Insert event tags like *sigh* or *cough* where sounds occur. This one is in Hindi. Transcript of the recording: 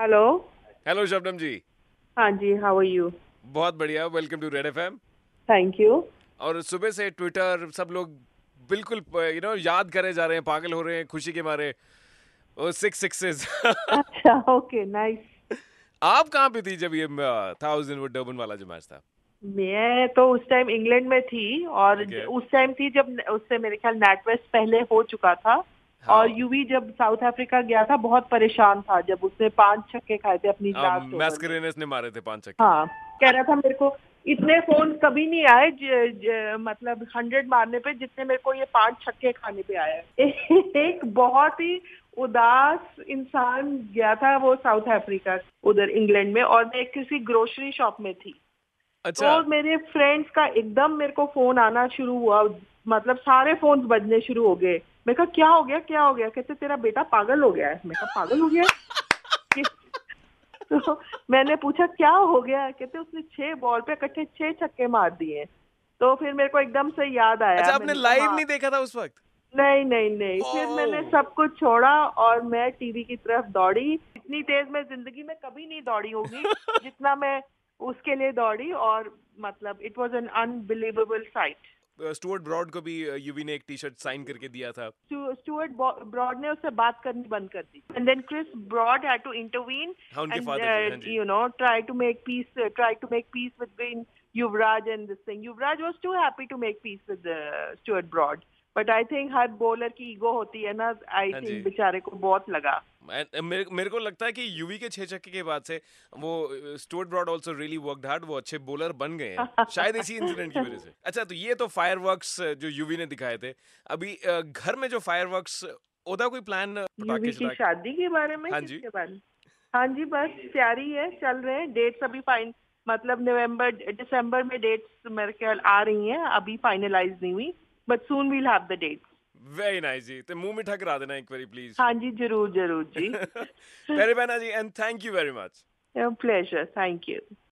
हेलो हेलो शबनम जी हाँ जी हाउ आर यू बहुत बढ़िया welcome to Red FM thank you और सुबह से ट्विटर सब लोग बिल्कुल यू नो याद करे जा रहे हैं पागल हो रहे हैं खुशी के मारे सिक्स सिक्सेस अच्छा ओके नाइस *laughs* आप कहाँ पे थी जब ये थाउजेंड वो डर्बन वाला जो मैच था मैं तो उस टाइम इंग्लैंड में थी और Okay. उस टाइम थी जब उससे मेरे ख्याल नेटवेस्ट पहले हो चुका था हाँ। और यूवी जब साउथ अफ्रीका गया था बहुत परेशान था जब उसने पांच छक्के खाए थे अपनी लास्ट ओवर में। मैस्करेनस ने मारे थे पांच छक्के हाँ कह रहा था मेरे को इतने फोन कभी नहीं आए ज, ज, मतलब हंड्रेड मारने पे जितने मेरे को ये पांच छक्के खाने पे आया *laughs* एक बहुत ही उदास इंसान गया था वो साउथ अफ्रीका उधर इंग्लैंड में और मैं किसी ग्रोसरी शॉप में थी अच्छा तो मेरे फ्रेंड्स का एकदम मेरे को फोन आना शुरू हुआ मतलब सारे फोन बजने शुरू हो गए मैं कहा क्या हो गया क्या हो गया कहते तेरा बेटा पागल हो गया है मैं कहा पागल हो गया है?" *laughs* तो मैंने पूछा क्या हो गया कहते उसने छह बॉल पे इकट्ठे छह छक्के मार दिए तो फिर मेरे को एकदम से याद आया अच्छा आपने मैंने कहा, लाइव "हाँ." नहीं देखा था उस वक्त नहीं नहीं नहीं फिर ओह। मैंने सब कुछ छोड़ा और मैं टीवी की तरफ दौड़ी इतनी तेज मैं जिंदगी में कभी नहीं दौड़ी होगी जितना मैं उसके लिए दौड़ी और मतलब it was an unbelievable sight Stuart Broad Uh, को भी यूवी ने एक टी शर्ट साइन करके दिया था स्टुअर्ट ब्रॉड ने उससे बात करनी बंद कर दी and then Chris Broad had to intervene हाँ उनके father थे, हाँ एंड जी। You know try to make peace try to make peace between Yuvraj and this thing Yuvraj was too happy to make peace with Stuart Broad but I think हर बॉलर की ईगो होती है ना आई हाँ जी। थिंक बेचारे को बहुत लगा And- uh, मेरे मेरे को लगता है कि यूवी के छह छक्के के बाद से वो uh, Stuart Broad also really worked hard वो अच्छे बॉलर बन गए *laughs* हैं शायद इसी इंसिडेंट की वजह से अच्छा तो ये तो फायरवर्क्स जो यूवी ने दिखाए थे अभी अ, घर में जो फायरवर्क्स ओदा कोई प्लान यूवी पटाखे की चला शादी के बारे में हाँ जी। किसके बारे में हाँ जी बस तैयारी है चल रहे हैं डेट्स अभी फाइन मतलब नवंबर दिसंबर में डेट्स मेरे ख्याल आ रही हैं अभी फाइनलाइज नहीं हुई but soon we'll have the dates very nice जी तो मुंह मीठा करा देना एक बारी प्लीज *laughs* हाँ जी जरूर जरूर जी Uh, पेरी बैना जी and thank you very much pleasure thank you